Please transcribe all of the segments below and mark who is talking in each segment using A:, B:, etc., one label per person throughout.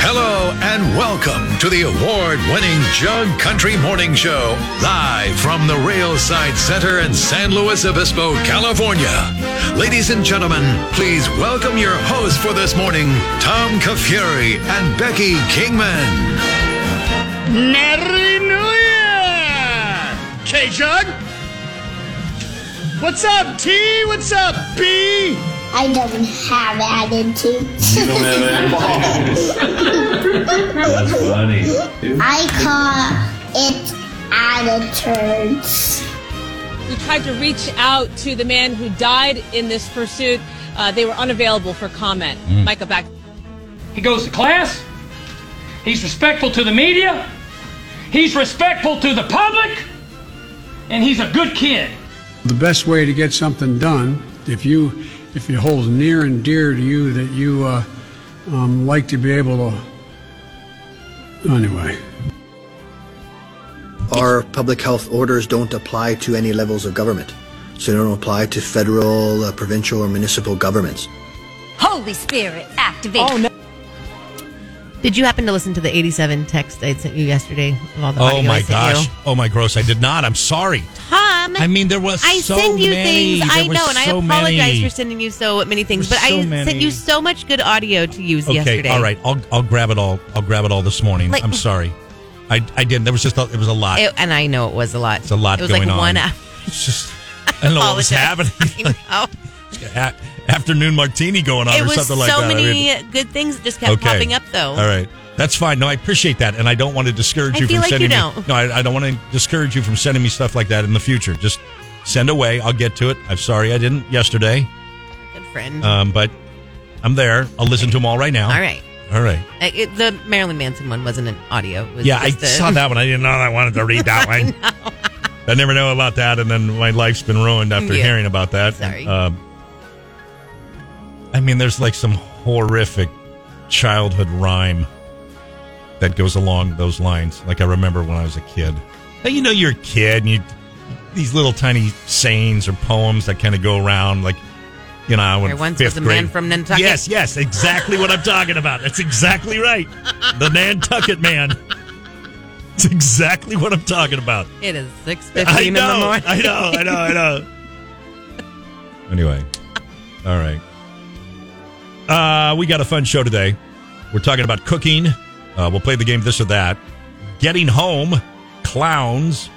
A: Hello and welcome to the award winning Jug Country Morning Show, live from the Railside Center in San Luis Obispo, California. Ladies and gentlemen, please welcome your hosts for this morning, Tom Kafuri and Becky Kingman.
B: Merry New Year! K Jug? What's up, T? What's up, B?
C: Oh
D: I don't have attitude.
E: That's funny.
D: I call it attitudes.
F: We tried to reach out to the man who died in this pursuit. Uh, they were unavailable for comment. Michael, back.
G: He goes to class. He's respectful to the media. He's respectful to the public. And he's a good kid.
H: The best way to get something done, if you, if it holds near and dear to you that you uh, um, like to be able to. Anyway,
I: our public health orders don't apply to any levels of government. So they don't apply to federal, uh, provincial, or municipal governments.
J: Holy Spirit, activate. Oh, no.
K: Did you happen to listen to the 87 text I sent you yesterday of all the
C: Oh
K: audio I
C: my
K: sent
C: gosh.
K: you?
C: Oh my gross. I did not. I'm sorry.
K: Tom,
C: I mean, there was
K: I
C: so
K: send you
C: many.
K: things.
C: There
K: I
C: were
K: know, and I
C: so
K: apologize
C: many.
K: for sending you so many things,
C: There
K: but
C: were so
K: I
C: many.
K: sent you so much good audio to use
C: Okay,
K: yesterday.
C: all right. I'll I'll grab it all. I'll grab it all this morning.
K: Like-
C: I'm sorry. I I didn't. There was just a, it was a lot.
K: It- and I know it was a lot.
C: it's a lot
K: It was
C: going
K: like
C: on.
K: one hour.
C: It's just I don't know what was
K: Apologize.
C: happening.
K: I know.
C: A- afternoon martini going on
K: It
C: or
K: was
C: something
K: so
C: like that. I
K: many
C: mean,
K: good things that just kept
C: okay.
K: popping up, though.
C: All right. That's fine. No, I appreciate that, and I don't want to discourage
K: I
C: you
K: feel
C: from
K: like
C: sending
K: you
C: me.
K: don't.
C: No, I, I don't want to discourage you from sending me stuff like that in the future. Just send away. I'll get to it. I'm sorry I didn't yesterday.
K: Good friend.
C: Um, but I'm there. I'll listen to them all right now.
K: all right.
C: All right.
K: Uh, it- the Marilyn Manson one wasn't an audio. It was
C: Yeah, I
K: just a-
C: saw that one. I didn't know I wanted to read that one. I never know about that, and then my life's been ruined after
K: Yeah.
C: hearing about that.
K: Sorry.
C: Um, I mean, there's like some horrific childhood rhyme that goes along those lines. Like I remember when I was a kid. Now, you know, you're a kid, and you these little tiny sayings or poems that kind of go around, like. You know, when
K: There once
C: fifth
K: was a
C: grade.
K: man from Nantucket.
C: Yes, yes, exactly what I'm talking about. That's exactly right. The Nantucket man. It's exactly what I'm talking about.
K: It is 6.15
C: I
K: in the
C: know,
K: morning.
C: I know, I know, I know. Anyway, all right. Uh, we got a fun show today. We're talking about cooking. Uh, we'll play the game this or that. Getting home, clowns,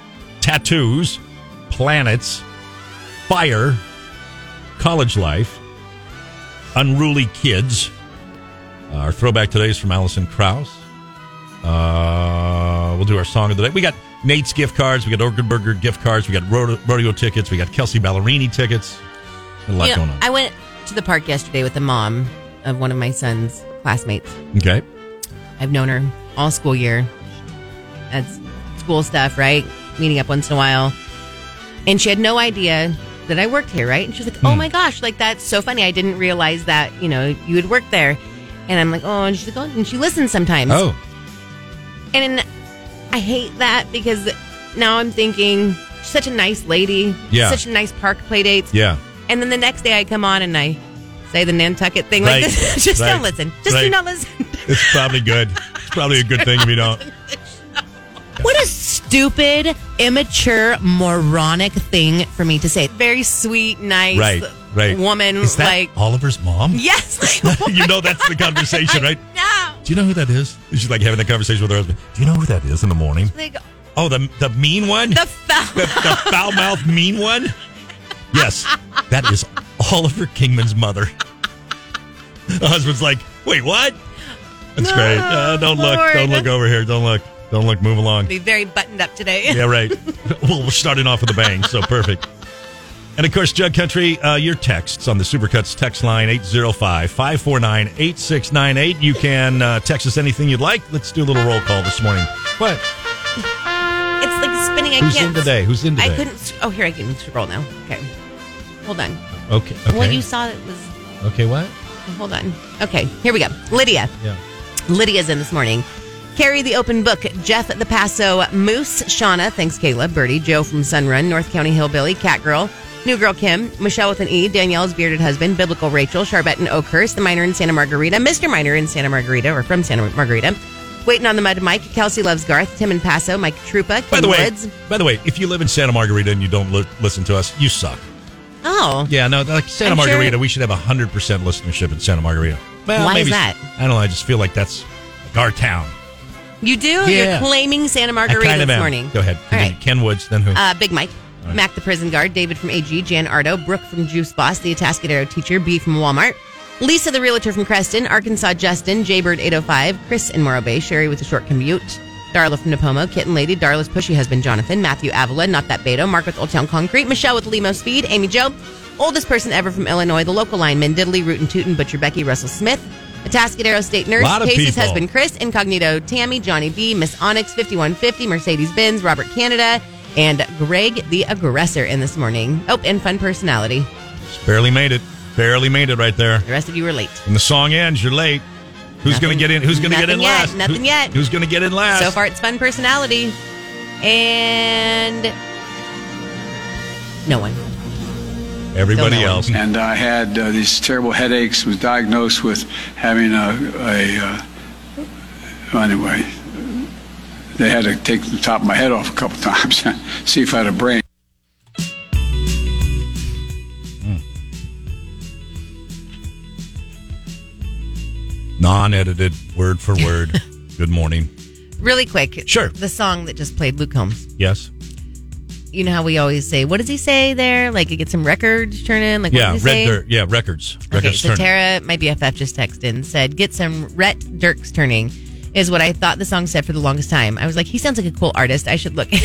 C: tattoos, planets, fire, college life, unruly kids. Uh, our throwback today is from Allison Krauss. Uh, we'll do our song of the day. We got Nate's gift cards. We got Orgenberger gift cards. We got rodeo, rodeo tickets. We got Kelsey Ballerini tickets. A lot
K: You know,
C: going on.
K: I went to the park yesterday with the mom of one of my son's classmates.
C: okay.
K: I've known her all school year. That's school stuff, right? Meeting up once in a while. And she had no idea that I worked here, right? And she was
C: Hmm.
K: like, oh my gosh, like that's so funny. I didn't realize that, you know, you had worked there. And I'm like, oh, and she's like, oh, and she listens sometimes.
C: Oh,
K: And I hate that because now I'm thinking, she's such a nice lady.
C: Yeah.
K: Such a nice park play dates.
C: yeah.
K: And then the next day I come on and I say the Nantucket thing
C: Right.
K: like this. Just
C: Right.
K: don't listen. Just
C: Right.
K: do not listen.
C: It's probably good. It's probably a good thing if you don't.
K: What a stupid, immature, moronic thing for me to say. Very sweet, nice
C: Right, right.
K: woman.
C: Is that
K: like,
C: Oliver's mom?
K: yes.
C: you know that's the conversation, right?
K: No.
C: Do you know who that is? She's like having a conversation with her husband. Do you know who that is in the morning?
K: Like,
C: Oh, the the mean one?
K: the foul.
C: the, the foul mouthed mean one? Yes, that is Oliver Kingman's mother. The husband's like, wait, what? That's
K: No,
C: great. Uh, don't look.
K: Lord.
C: Don't look over here. Don't look. Don't look. Move along.
K: Be very buttoned up today.
C: Yeah, right. well, we're starting off with a bang, so perfect. And of course, Jug Country, uh, your texts on the Supercuts text line 805 549 8698. You can uh, text us anything you'd like. Let's do a little roll call this morning. What?
K: It's like spinning. I
C: Who's
K: can't.
C: in today? Who's in today?
K: I couldn't. Oh, here I can scroll now. Okay. Hold on.
C: Okay. okay.
K: What you saw that was.
C: Okay, what?
K: Hold on. Okay, here we go. Lydia.
C: Yeah.
K: Lydia's in this morning. Carrie the Open Book, Jeff the Paso, Moose, Shauna, thanks Kayla, Birdie, Joe from Sunrun, North County Hillbilly, Cat Girl, New Girl Kim, Michelle with an E, Danielle's bearded husband, Biblical Rachel, Charbette and Oakhurst, the miner in Santa Margarita, Mr. Miner in Santa Margarita, or from Santa Margarita, Waiting on the Mud, Mike, Kelsey Loves Garth, Tim in Paso, Mike Trupa, Kim
C: By the way,
K: Woods.
C: by the way, if you live in Santa Margarita and you don't li- listen to us, you suck.
K: Oh.
C: Yeah, no, like Santa
K: I'm sure-
C: Margarita, we should have hundred percent listenership in Santa Margarita.
K: Why is
C: maybe-
K: that?
C: I don't know. I just feel like that's like our town.
K: You do?
C: Yeah.
K: You're claiming Santa Margarita
C: I kind of
K: this
C: am.
K: morning.
C: Go ahead.
K: All
C: Continue.
K: right.
C: Ken Woods, then who?
K: Uh, Big Mike,
C: All right.
K: Mac the prison guard, David from AG, Jan Ardo, Brooke from Juice Boss, the Atascadero teacher, B from Walmart, Lisa the realtor from Creston, Arkansas Justin, Jaybird 805, Chris in Morro Bay, Sherry with a short commute, Darla from Napomo, Kitten Lady, Darla's pushy husband Jonathan, Matthew Avila, Not That Beto, Mark with Old Town Concrete, Michelle with Limo Speed, Amy Joe, oldest person ever from Illinois, the local lineman, Diddley, Root and Tootin, Butcher Becky, Russell Smith, Atascadero State Nurse,
C: Lot of
K: Casey's
C: people.
K: husband Chris, Incognito, Tammy, Johnny B, Miss Onyx, 5150, Mercedes Benz, Robert Canada, and Greg the Aggressor in this morning. Oh, and fun personality.
C: Barely made it. Barely made it right there.
K: The rest of you were late.
C: When the song ends, you're late. Who's going to get in? Who's going to get
K: Nothing
C: in
K: yet,
C: last?
K: nothing
C: Who-
K: yet.
C: Who's going to get in last?
K: So far, it's fun personality. And no one.
C: Everybody else.
H: And I had uh, these terrible headaches. Was diagnosed with having a, a uh, well, anyway. They had to take the top of my head off a couple times, see if I had a brain.
C: Non-edited, word for word. Good morning.
K: Really quick.
C: Sure.
K: The song that just played, Luke Combs.
C: Yes.
K: You know how we always say, what does he say there? Like, you get some records turn in? Like,
C: yeah. Red
K: what does he say?
C: dirt. Yeah. Records.
K: Okay,
C: Records.
K: so
C: turn.
K: Tara, my BFF, just texted and said, "Get some Rhett Dirks turning," is what I thought the song said for the longest time. I was like, "He sounds like a cool artist. I should look."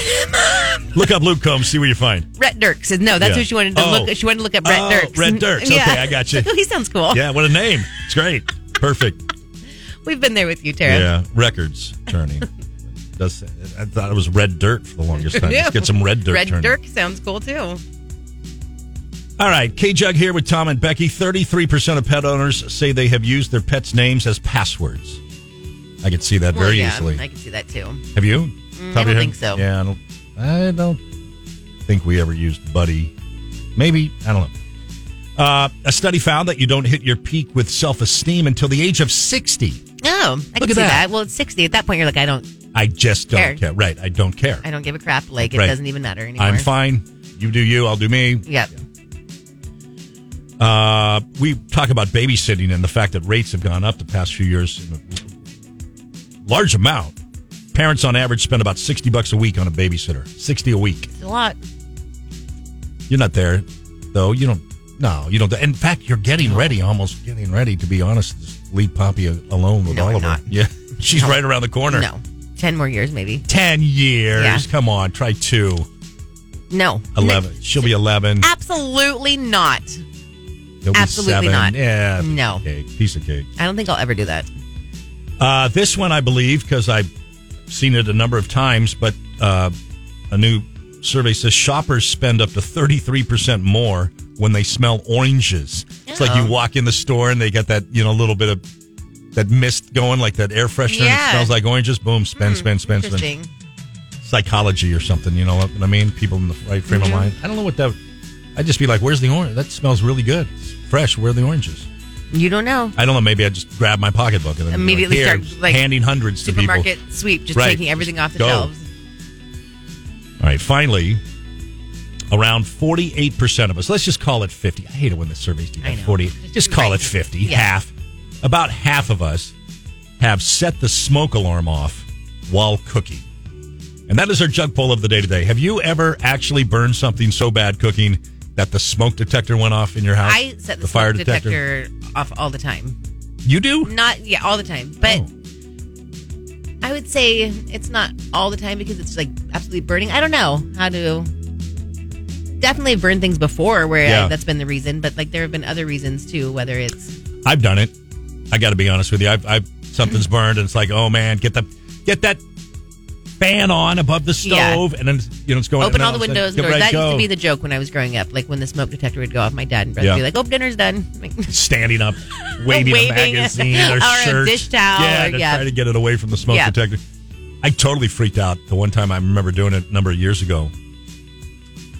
C: Look up Luke Combs. See what you find.
K: Rhett Dirks. And No, that's
C: Yeah.
K: what she wanted to
C: Oh.
K: look. She wanted to look at Rhett
C: Oh,
K: Dirks.
C: Rhett Dirks. Okay, I got you.
K: oh, he sounds cool.
C: Yeah. What a name. It's great. Perfect.
K: We've been there with you, Tara.
C: yeah. Records turning. Does I thought it was red dirt for the longest time. Let's get some red dirt.
K: Red
C: turning.
K: Dirk sounds cool too.
C: All right, K Jug here with Tom and Becky. 33% of pet owners say they have used their pets' names as passwords. I could see that
K: Well,
C: very
K: yeah,
C: easily.
K: I can see that too.
C: have you?
K: Mm,
C: Top of your
K: I don't
C: head?
K: think so.
C: Yeah, I don't, I don't think we ever used Buddy. Maybe. I don't know. Uh, a study found that you don't hit your peak with self esteem until the age of 60.
K: Oh, I
C: Look
K: can
C: at
K: see
C: that.
K: that. Well, it's sixty. At that point, you're like, I don't,
C: I just don't
K: Care.
C: care. Right. I don't care.
K: I don't give a crap. Like it
C: Right.
K: doesn't even matter anymore.
C: I'm fine. You do you. I'll do me.
K: Yep.
C: Uh, we talk about babysitting and the fact that rates have gone up the past few years in a large amount. Parents on average spend about 60 bucks a week on a babysitter. 60 a week.
K: It's a lot.
C: You're not there though. You don't no, you don't in fact you're getting ready, almost getting ready to be honest, just leave Poppy a- alone with
K: No, I'm
C: Oliver.
K: not.
C: Yeah. She's right around the corner.
K: No, ten more years maybe.
C: 10 years.
K: Yeah.
C: Come on, try 2.
K: No,
C: 11. She'll be 11.
K: absolutely not.
C: He'll be seven.
K: absolutely not.
C: Yeah. piece of
K: No.
C: Cake, piece of cake.
K: I don't think I'll ever do that.
C: Uh, this one, I believe, because I've seen it a number of times, but uh, a new survey says shoppers spend up to 33% more when they smell oranges. It's like you
K: Oh.
C: walk in the store and they got that, you know, little bit of that mist going, like that air freshener. and It
K: Yeah. Hmm,
C: smells like oranges. Boom, spend, spend, spend, spend.
K: Interesting.
C: Psychology or something, you know what I mean? People in the right frame
K: Mm-hmm.
C: of mind. I don't know what that I'd just be like, where's the orange? That smells really good. It's fresh. Where are the oranges?
K: You don't know.
C: I don't know. Maybe I just grab my pocketbook and then be
K: Immediately
C: like, "Here,"
K: start, like,
C: handing hundreds to people.
K: Supermarket sweep, just
C: Right.
K: taking everything off the
C: Go.
K: shelves.
C: All right, finally, around 48% of us, let's just call it 50. I hate it when the surveys do
K: I
C: that.
K: know.
C: 40. Just call it 50.
K: Yeah.
C: Half. About half of us have set the smoke alarm off while cooking. And that is our jug poll of the day today. Have you ever actually burned something so bad cooking that the smoke detector went off in your house?
K: I set the, smoke detector. off all the time.
C: You do?
K: Not yeah, all the time. But
C: Oh.
K: I would say it's not all the time because it's like absolutely burning. I don't know how to. Definitely burned things before where I-
C: Yeah.
K: that's been the reason, but like there have been other reasons too. Whether it's
C: I've done it.
K: Mm-hmm.
C: I got to be honest with you. I've, I've something's burned, and it's like, oh man, get the get that fan on above the stove,
K: Yeah.
C: and then you know it's going.
K: open
C: and
K: all the
C: a sudden,
K: windows and
C: get
K: doors.
C: ready
K: That used
C: go.
K: to be the joke when I was growing up. Like when the smoke detector would go off, my dad and brother would
C: Yeah.
K: be like, "Oh, dinner's done." Like,
C: standing up, waving, a
K: Waving
C: magazine or,
K: or a
C: shirt,
K: dish towel
C: yeah,
K: or-
C: to
K: yeah.
C: try to get it away from the smoke
K: Yeah.
C: detector. I totally freaked out the one time I remember doing it a number of years ago.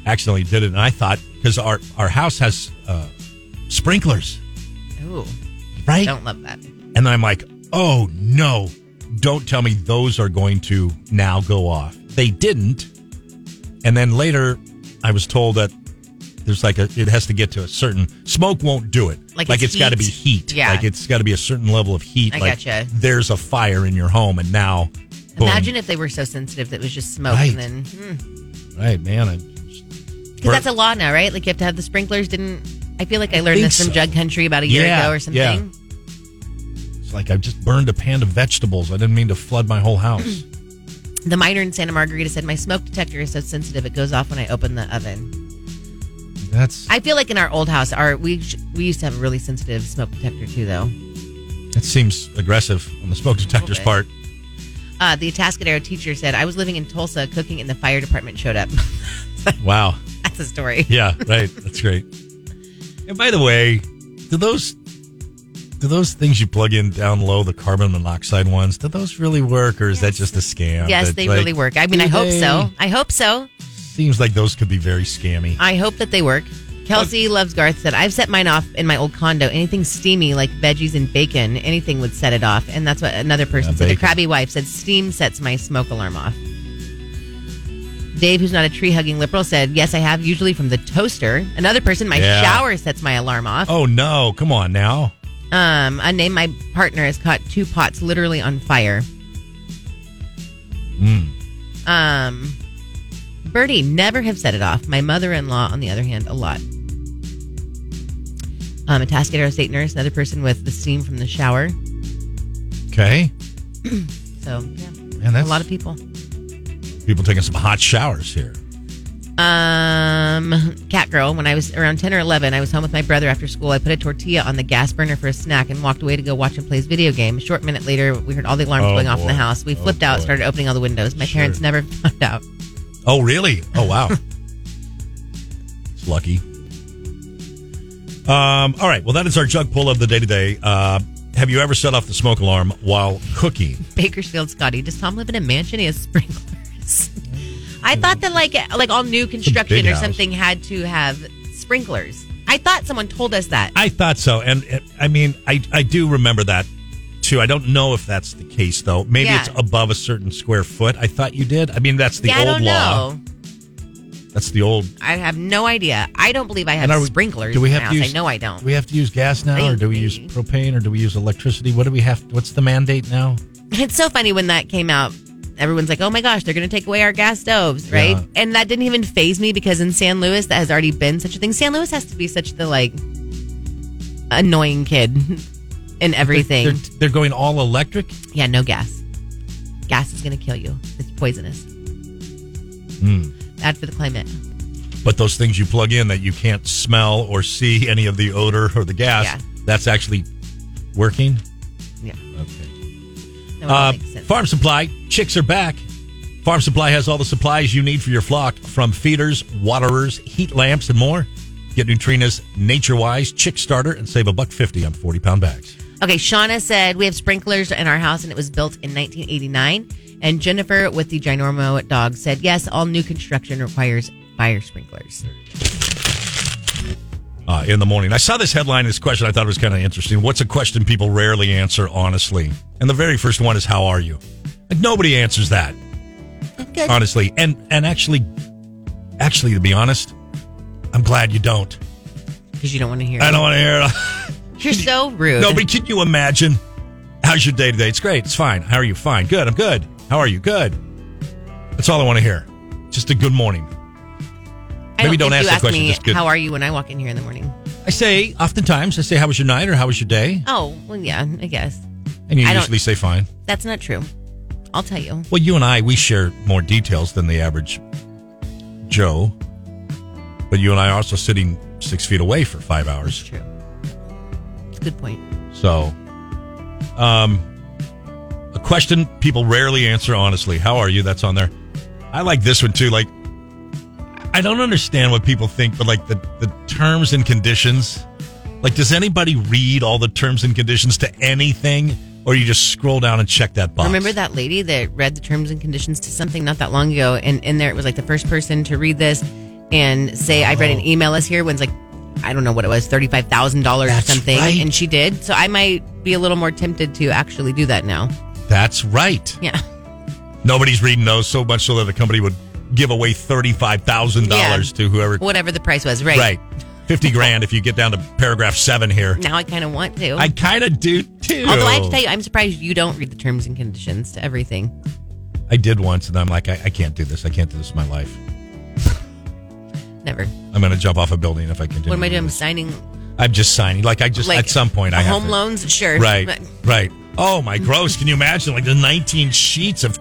C: Accidentally did it, and I thought because our our house has uh, sprinklers,
K: Ooh,
C: right?
K: don't love that.
C: And I'm like, oh no, don't tell me those are going to now go off. They didn't. And then later, I was told that there's like a, it has to get to a certain smoke won't do it.
K: Like
C: like
K: it's
C: it's got to be
K: heat.
C: heat.
K: Yeah.
C: Like it's got to be a certain level of heat.
K: I
C: like
K: gotcha.
C: there's a fire in your home, and now, boom.
K: Imagine if they were so sensitive that it was just smoke,
C: Right.
K: and then because
C: right, man. I,
K: that's a law now, right? Like you have to have the sprinklers. Didn't I feel like I, learned
C: think
K: this from
C: so.
K: Jug Country about a year
C: Yeah,
K: ago or
C: yeah.
K: something?
C: It's like I've just burned a pan of vegetables. I didn't mean to flood my whole house.
K: The miner in Santa Margarita said my smoke detector is so sensitive it goes off when I open the oven.
C: That's
K: Hmm. I feel like in our old house, our we sh- we used to have a really sensitive smoke detector too, though.
C: that seems aggressive on the smoke detector's
K: bit.
C: part.
K: Uh, the Atascadero teacher said I was living in Tulsa cooking, and the fire department showed up.
C: Wow.
K: That's a story.
C: Yeah, right. That's great. And by the way, do those do those things you plug in down low, the carbon monoxide ones, do those really work, or is that just a scam?
K: yes,
C: That's
K: they
C: like-
K: really work. I mean,
C: Do
K: I hope
C: they?
K: so. I hope so.
C: Seems like those could be very scammy.
K: I hope that they work. Kelsey loves Garth said I've set mine off in my old condo. Anything steamy like veggies and bacon, anything would set it off. And that's what another person
C: Yeah,
K: said. The
C: bacon.
K: crabby wife said steam sets my smoke alarm off. Dave, who's not a tree hugging liberal, said yes, I have usually from the toaster. Another person, my
C: Yeah.
K: shower sets my alarm off.
C: Oh no! Come on now.
K: Um, I named my partner has caught two pots literally on fire.
C: Mm.
K: Um, Bertie never have set it off. My mother in law, on the other hand, a lot. Um, a Atascadero State nurse, another person with the steam from the shower.
C: Okay,
K: So, yeah,
C: Man, that's-
K: a lot of people.
C: people taking some hot showers here.
K: Um, cat girl. When I was around ten or eleven, I was home with my brother after school. I put a tortilla on the gas burner for a snack and walked away to go watch him play his video game. A short minute later, we heard all the alarms
C: Oh,
K: going off in the
C: boy.
K: house. We
C: Oh,
K: flipped out,
C: boy.
K: started opening all the windows. My parents
C: Sure.
K: never found out.
C: Oh really? Oh wow. it's lucky. Um. All right. Well, that is our jug pull of the day today. Uh, have you ever set off the smoke alarm while cooking?
K: Bakersfield, Scotty. Does Tom live in a mansion? He has sprinklers. I thought that like like all new construction or
C: house.
K: something had to have sprinklers. I thought someone told us that.
C: I thought so, and uh, I mean, I I do remember that too. I don't know if that's the case though. Maybe
K: Yeah.
C: it's above a certain square foot. I thought you did. I mean, that's the
K: yeah, I
C: old
K: don't
C: law.
K: know.
C: That's the old.
K: I have no idea. I don't believe I have
C: And are we-
K: sprinklers.
C: do we
K: in
C: have
K: my
C: to
K: house.
C: use-
K: I know I don't.
C: Do we have to use gas now, or do we use propane, or do we use electricity? What do we have? What's the mandate now?
K: It's so funny when that came out. Everyone's like, "Oh my gosh, they're going to take away our gas stoves, right?"
C: Yeah.
K: And that didn't even phase me because in San Luis, that has already been such a thing. San Luis has to be such the like annoying kid in everything.
C: They're, they're going all electric.
K: Yeah, no gas. Gas is going to kill you. It's poisonous.
C: Hmm.
K: Bad for the climate.
C: But those things you plug in that you can't smell or see any of the odor or the gas,
K: Yeah.
C: that's actually working.
K: Yeah.
C: Okay.
K: No, it
C: Uh,
K: makes sense.
C: Farm Supply, chicks are back. Farm Supply has all the supplies you need for your flock from feeders, waterers, heat lamps, and more. Get Neutrina's Nature Wise Chick Starter and save a buck fifty on 40 pound bags.
K: Okay, Shauna said we have sprinklers in our house and it was built in 1989. And Jennifer with the Ginormo dog said, yes, all new construction requires fire sprinklers.
C: uh, in the morning. I saw this headline, this question. I thought it was kind of interesting. What's a question people rarely answer honestly? And the very first one is, "How are you?" Like nobody answers that honestly. And and actually, actually, to be honest, I'm glad you don't.
K: Because you don't want to hear
C: I
K: it.
C: don't want to hear it.
K: You're so rude.
C: no, but can you imagine? How's your day today? It's great. It's fine. How are you? Fine. Good. I'm good. How are you? Good. That's all I want to hear. Just a good morning.
K: I
C: Maybe don't
K: think
C: ask
K: you
C: that question,
K: Me,
C: just good-
K: How are you when I walk in here in the morning?
C: I say oftentimes I say, "How was your night?" or "How was your day?"
K: Oh, well, yeah, I guess.
C: And you
K: I don't-
C: usually say, "Fine."
K: That's not true. I'll tell you.
C: Well, you and I, we share more details than the average Joe. But you and I are also sitting six feet away for five
K: It's
C: hours.
K: true. It's a good point.
C: So, um, a question people rarely answer honestly. How are you? That's on there. I like this one too. Like, I don't understand what people think, but like the, the terms and conditions. Like, does anybody read all the terms and conditions to anything, or you just scroll down and check that box?
K: Remember that lady that read the terms and conditions to something not that long ago, and in there it was like the first person to read this and say, "I read an
C: Oh.
K: email list here." When's like, I don't know what it was, thirty five thousand dollars or
C: That's
K: something,
C: right.
K: and she did. So I might be a little more tempted to actually do that now.
C: That's right.
K: Yeah.
C: Nobody's reading those so much so that a company would give away thirty-five thousand dollars to whoever.
K: Whatever the price was, right?
C: Right. Fifty grand if you get down to paragraph seven here.
K: Now I kind of want to.
C: I kind of do too.
K: Oh. Although I have to tell you, I'm surprised you don't read the terms and conditions to everything.
C: I did once, and I'm like, I, I can't do this. I can't do this in my life.
K: Never.
C: I'm going to jump off a building if I continue.
K: What am I doing? I'm
C: doing?
K: signing
C: I'm just signing. Like I just
K: Like,
C: at some point I have
K: home
C: to-
K: loans? Sure.
C: Right.
K: But-
C: Right. Oh my gross! Can you imagine like the 19 sheets of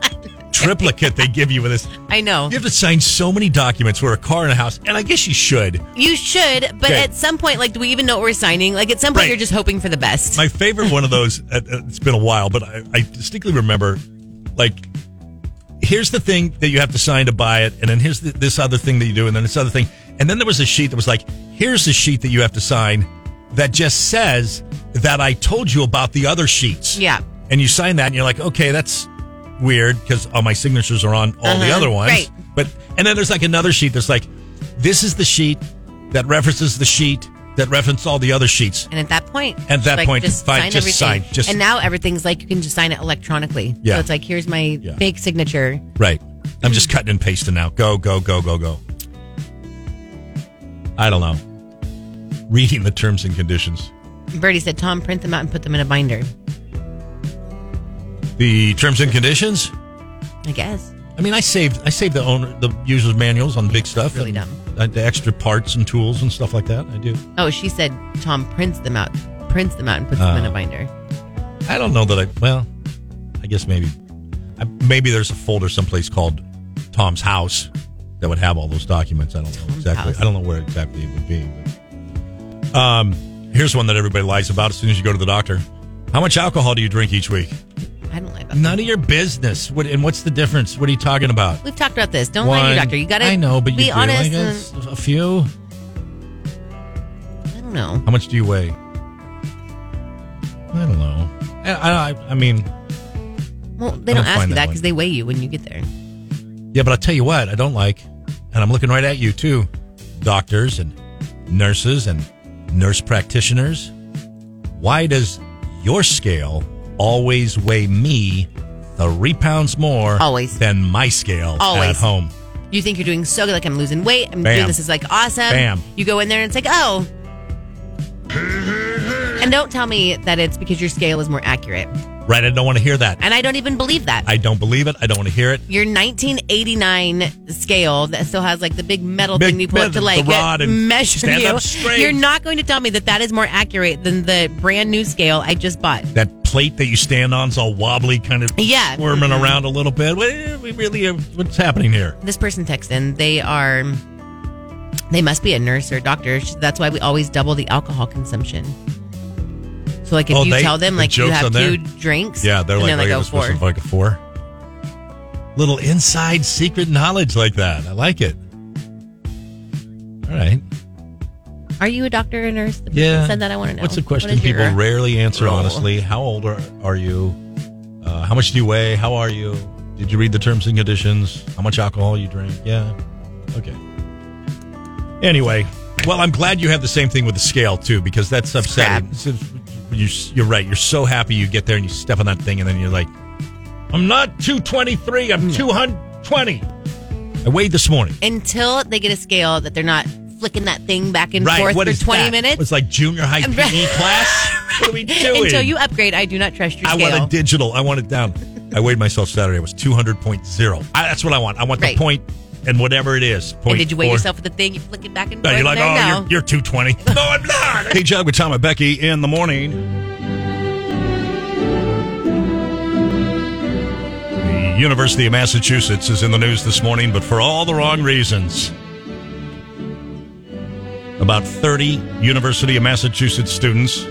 C: triplicate they give you with this?
K: I know.
C: You have to sign so many documents for a car and a house, and I guess you should.
K: You should, but
C: Okay.
K: at some point, like, do we even know what we're signing? Like, at some point,
C: Right.
K: you're just hoping for the best.
C: My favorite one of those, uh, uh, it's been a while, but I, I distinctly remember like, here's the thing that you have to sign to buy it, and then here's the, this other thing that you do, and then this other thing. And then there was a sheet that was like, here's the sheet that you have to sign that just says that I told you about the other sheets.
K: Yeah.
C: And you sign that, and you're like, okay, that's weird because all my signatures are on all the
K: Uh-huh.
C: other ones.
K: Right.
C: But and then there's like another sheet that's like, this is the sheet that references the sheet that referenced all the other sheets.
K: And at that point,
C: At that
K: like,
C: point, fine, just sign, just-
K: and now everything's like you can just sign it electronically.
C: Yeah.
K: So it's like here's my fake signature.
C: Right. I'm just cutting and pasting now. Go, go, go, go, go. I don't know. Reading the terms and conditions.
K: Bertie said, "Tom, print them out and put them in a binder."
C: The terms and conditions?
K: I guess.
C: I mean, I saved I saved the owner the user's manuals on big stuff.
K: really
C: and, uh, the extra parts and tools and stuff like that. I do.
K: Oh, she said, "Tom prints them out, prints them out and puts them in
C: Uh,
K: a binder."
C: I don't know that I. Well, I guess maybe, I, maybe there's a folder someplace called Tom's House that would have all those documents. I don't know exactly.
K: House.
C: I don't know where exactly it would be. But, um, here's one that everybody lies about as soon as you go to the doctor. How much alcohol do you drink each week?
K: I don't like.
C: None of your business. What and what's the difference? What are you talking about?
K: We've talked about this. Don't lie to
C: One-
K: your doctor. You got to.
C: I know, but you
K: be
C: do. I
K: honest.
C: guess
K: and-
C: a few.
K: I don't know.
C: How much do you weigh? I don't know. I I, I- I mean.
K: Well, they
C: I
K: don't
C: don't
K: ask
C: find that
K: you that
C: one.
K: because they weigh you when you get there.
C: Yeah, but I'll tell you what, I don't like, and I'm looking right at you too, doctors and nurses and nurse practitioners. Why does your scale always weigh me three pounds more
K: Always.
C: than my scale
K: Always.
C: at home?
K: You think you're doing so good, like I'm losing weight. I'm
C: Bam.
K: doing this is like awesome.
C: Bam.
K: You go in there and it's like, oh. And don't tell me that it's because your scale is more accurate.
C: Right? I don't want to hear that.
K: And I don't even believe that.
C: I don't believe it. I don't want to hear it.
K: your 1989 scale that still has like the big metal
C: Big
K: thing you pull up
C: metal,
K: to like
C: the rod and
K: measure
C: stand
K: you.
C: up straight.
K: You're not going to tell me that that is more accurate than the brand new scale I just bought.
C: That plate that you stand on's all wobbly, kind of
K: Yeah.
C: squirming around a little bit. Well, We really, what's happening here?
K: this person texted in they are they must be a nurse or a doctor She- that's why we always double the alcohol consumption so like if
C: Oh,
K: you
C: they-
K: tell them
C: the
K: like you
C: joke's
K: have
C: on there?
K: two drinks
C: Yeah, they're
K: and
C: like, like,
K: oh,
C: oh, supposed to
K: four.
C: be like a four. Little inside secret knowledge like that. I like it. All right.
K: are you a doctor or nurse the person
C: Yeah.
K: said that i want to know
C: What's a
K: What
C: question
K: is
C: people
K: your-
C: rarely answer
K: role?
C: honestly? How old are, are you? Uh, how much do you weigh? How are you? Did you read the terms and conditions? How much alcohol you drink? Yeah. Okay. Anyway, well, I'm glad you have the same thing with the scale too, because that's upsetting. You, you're right. You're so happy you get there and you step on that thing, and then you're like, I'm not 223. I'm
K: Mm.
C: 220. I weighed this morning.
K: until they get a scale that they're not flicking that thing back and
C: right.
K: forth
C: What
K: for
C: is
K: 20
C: that?
K: minutes
C: It's like junior high
K: I'm-
C: PE class. What are we doing?
K: until you upgrade i do not trust your
C: I
K: scale
C: want a digital. I want it down. I weighed myself Saturday. It was 200.0. I, that's what I want. I want
K: Right.
C: the point and whatever it is. Point
K: and did you weigh
C: four.
K: yourself with the thing you flick it back and
C: No,
K: forth
C: you're like,
K: There
C: oh,
K: you go.
C: you're, you're 220. no, I'm not. Hey, Jug with Tom and Becky in the morning. The University of Massachusetts is in the news this morning, but for all the wrong reasons. About 30 University of Massachusetts students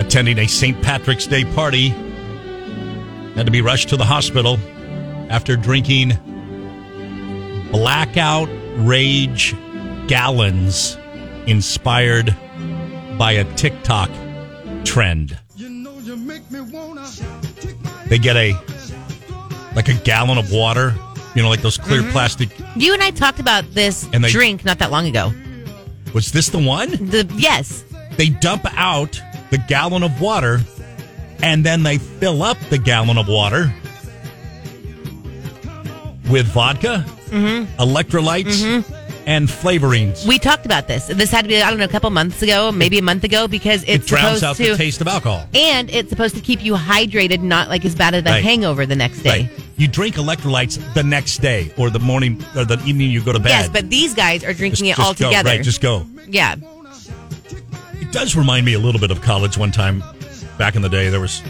C: attending a St. Patrick's Day party had to be rushed to the hospital after drinking blackout rage gallons inspired by a TikTok trend. They get a like a gallon of water, you know, like those clear
K: Mhm.
C: plastic.
K: You and I talked about this
C: And they-
K: drink not that long ago.
C: Was this the one?
K: The yes.
C: They dump out the gallon of water and then they fill up the gallon of water with vodka, electrolytes, and flavorings.
K: We talked about this. This had to be I don't know a couple months ago, maybe a month ago, because
C: it
K: it's
C: drowns
K: supposed
C: out
K: to
C: the taste of alcohol.
K: and it's supposed to keep you hydrated, not like as bad as a
C: Right.
K: hangover the next day.
C: Right. You drink electrolytes the next day or the morning or the evening you go to bed.
K: Yes, but these guys are drinking it all
C: go,
K: together.
C: Right, just go.
K: yeah.
C: It does remind me a little bit of college one time back in the day. There was,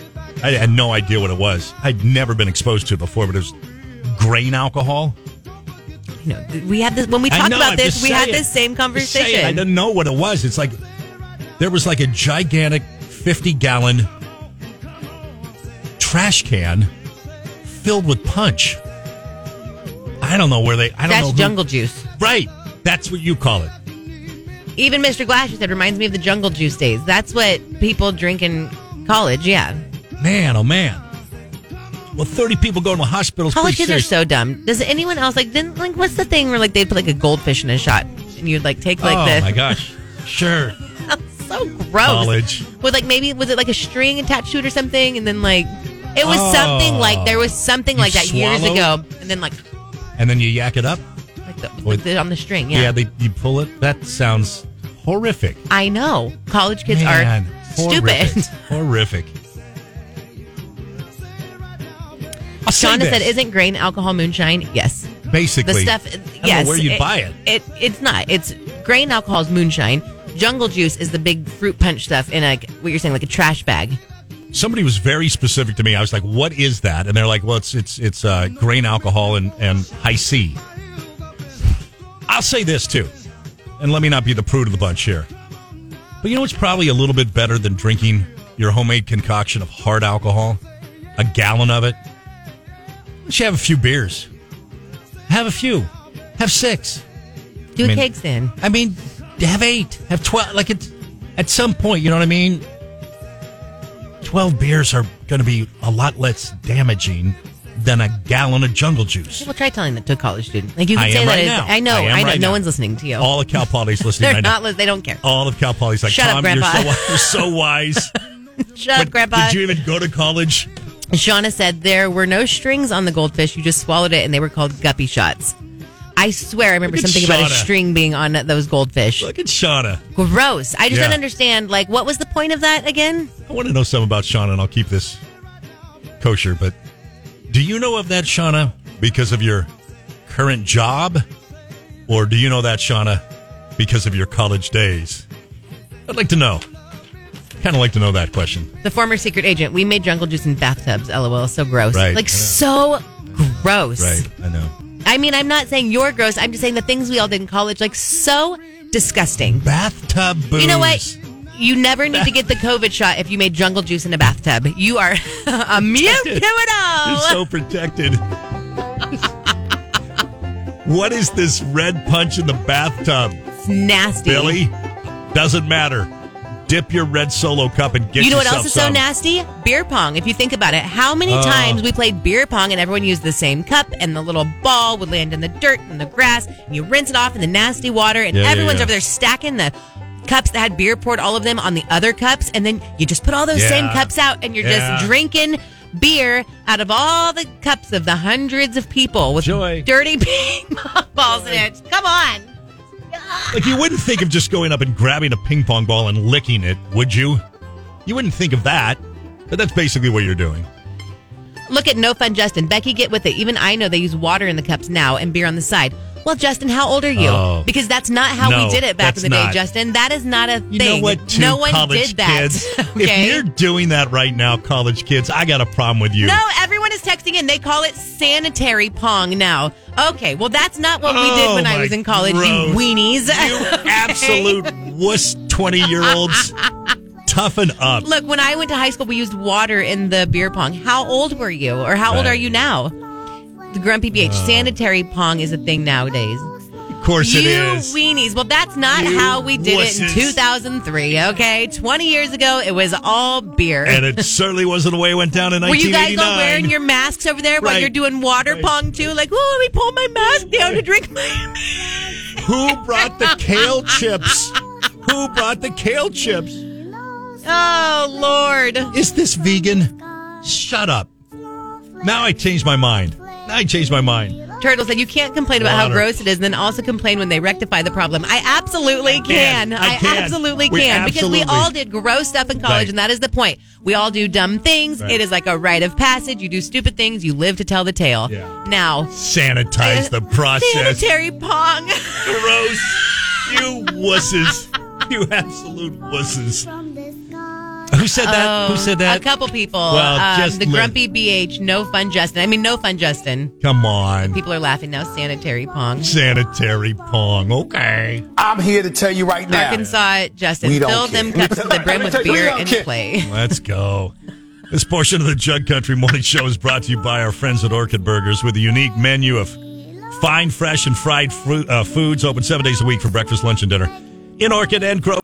C: I had no idea what it was. I'd never been exposed to it before, but it was grain alcohol.
K: You know, we had this when we
C: I
K: talked
C: know,
K: about
C: I'm
K: this.
C: just
K: We had
C: saying.
K: this
C: Just
K: same
C: saying, I
K: conversation.
C: didn't know what it was. It's like there was like a gigantic 50 gallon trash can filled with punch. I don't know where they, I don't
K: That's
C: know. who-
K: jungle juice.
C: Right. That's what you call it.
K: Even Mr. Glash said reminds me of the jungle juice days. That's what people drink in college. Yeah.
C: Man, oh man. Well, 30 people going to hospitals.
K: College kids are so dumb. Does anyone else like didn't like what's the thing where like they'd put like a goldfish in a shot and you'd like take like
C: oh
K: this?
C: my gosh. Sure.
K: That's so gross.
C: College.
K: With like maybe was it like a string attached to it or something? And then like it was
C: Oh.
K: something like there was something
C: You
K: like that years ago.
C: swallow?
K: And then like
C: And then you yak it up.
K: like the,
C: Or-
K: like the- on the string. Yeah.
C: Yeah, they, you pull it. That sounds horrific.
K: I know. College kids
C: Man,
K: are stupid.
C: horrific. Horrific. I'll say
K: Shauna
C: this,
K: said, "Isn't grain alcohol moonshine?" Yes.
C: basically
K: The stuff.
C: I don't know
K: Yes.
C: where you buy it.
K: it. It's not. It's grain alcohol is moonshine. Jungle juice is the big fruit punch stuff in a what you're saying like a trash bag.
C: Somebody was very specific to me. I was like, "What is that?" And they're like, "Well, it's it's it's uh, grain alcohol and and high C." I'll say this too, and let me not be the prude of the bunch here, but you know what's probably a little bit better than drinking your homemade concoction of hard alcohol, a gallon of it. Why don't you have a few beers? Have a few. Have six.
K: Do
C: I mean-
K: cakes in.
C: I mean, have eight, have twelve. Like it's at some point, you know what I mean. Twelve beers are going to be a lot less damaging than a gallon of jungle juice.
K: Well, try telling that to a college student. Like you can
C: I
K: say
C: am
K: that.
C: right
K: is-
C: now.
K: I know.
C: I
K: I,
C: am
K: know.
C: right
K: no
C: now.
K: one's listening to you.
C: All of Cal Poly's listening. Oh,
K: They're
C: I know.
K: not. li- They don't care.
C: All of Cal Poly's like,
K: Shut
C: Tom,
K: up,
C: you're so
K: Grandpa."
C: wi- you're so wise.
K: Shut up,
C: But
K: Grandpa.
C: Did you even go to college?
K: Shauna said there were no strings on the goldfish. You just swallowed it, and they were called guppy shots. I swear, I remember
C: Look at
K: something about a
C: Shauna.
K: string being on those goldfish.
C: Look at Shauna.
K: Gross. I just
C: Yeah.
K: don't understand. Like, what was the point of that again?
C: I want to know some about Shauna, and I'll keep this kosher. But do you know of that, Shauna, because of your current job, or do you know that, Shauna, because of your college days? I'd like to know. Kind of like to know that question.
K: The former secret agent. We made jungle juice in bathtubs. LOL. So gross.
C: Right.
K: Like
C: Yeah.
K: so gross.
C: Right, I know.
K: I mean, I'm not saying you're gross. I'm just saying the things we all did in college. Like so disgusting.
C: Bathtub booze.
K: You know what? You never need to get the COVID shot if you made jungle juice in a bathtub. You are immune to it all.
C: You're so protected. what is this red punch in the bathtub?
K: it's nasty.
C: Billy, doesn't matter. Dip your red solo cup and get
K: you know what
C: yourself
K: else is so
C: some.
K: nasty? Beer pong. If you think about it, how many
C: Oh.
K: times we played beer pong and everyone used the same cup and the little ball would land in the dirt and the grass and you rinse it off in the nasty water and
C: Yeah, yeah,
K: everyone's
C: yeah.
K: over there stacking the cups that had beer poured all of them on the other cups and then you just put all those same
C: Yeah.
K: cups out and you're
C: Yeah.
K: just drinking beer out of all the cups of the hundreds of people with
C: Joy.
K: dirty ping pong balls in it. Come on.
C: Like you wouldn't think of just going up and grabbing a ping pong ball and licking it, would you? You wouldn't think of that, but that's basically what you're doing.
K: Look at No Fun Justin. Becky, get with it. Even I know they use water in the cups now and beer on the side. Well, Justin, how old are you?
C: Oh.
K: because that's not how
C: No,
K: we did it back
C: that's
K: in the
C: not.
K: day, Justin. That is not a
C: You
K: thing.
C: know what? Too,
K: no one
C: college
K: did that.
C: Kids,
K: okay.
C: If you're doing that right now, college kids, I got a problem with you.
K: no, everyone is texting in. They call it sanitary pong now. Okay, well, that's not what we did
C: Oh,
K: when I
C: my
K: was in college,
C: gross.
K: you weenies.
C: You absolute wuss, twenty year olds. Toughen up.
K: Look, when I went to high school, we used water in the beer pong. How old were you, or how old
C: Right. Uh.
K: are you now? The Grumpy BH sanitary pong is a thing nowadays.
C: Of course it
K: you
C: is.
K: weenies. Well, that's not
C: You
K: how we did it
C: wusses.
K: in 2003. Okay, 20 years ago, it was all beer.
C: and it certainly wasn't the way it went down in
K: were you guys
C: 1989.
K: all wearing your masks over there while
C: Right.
K: you're doing water
C: Right.
K: pong too? Like, oh, let me pull my mask down to drink my.
C: Who brought the kale chips? Who brought the kale chips?
K: Oh Lord!
C: Is this vegan? Shut up. Now I changed my mind. Now I changed my mind.
K: Turtle said, "You can't complain about how
C: Water.
K: gross it is, and then also complain when they rectify the problem." I absolutely
C: can.
K: can.
C: I can.
K: absolutely
C: We
K: can because we
C: absolutely-
K: all did gross stuff in college,
C: Right.
K: and that is the point. We all do dumb things.
C: Right.
K: It is like a rite of passage. You do stupid things. You live to tell the tale.
C: Yeah.
K: Now,
C: Sanitize the process.
K: sanitary pong.
C: Gross. You wusses. You absolute wusses. Who said that? Who said that?
K: Oh, A couple people.
C: Well, just
K: um, the
C: live.
K: grumpy BH. No fun, Justin. I mean, no fun, Justin.
C: Come on.
K: People are laughing now. Sanitary pong.
C: Sanitary pong. Okay.
L: I'm here to tell you right now.
K: Arkansas, Justin,
L: We don't
K: fill them
L: care.
K: cups to the brim with
L: We
K: beer
L: don't
K: and
L: care.
K: play.
C: Let's go. This portion of the Jug Country Morning Show is brought to you by our friends at Orchid Burgers with a unique menu of fine, fresh, and fried fruit, uh, foods open seven days a week for breakfast, lunch, and dinner in Orchid and Grove.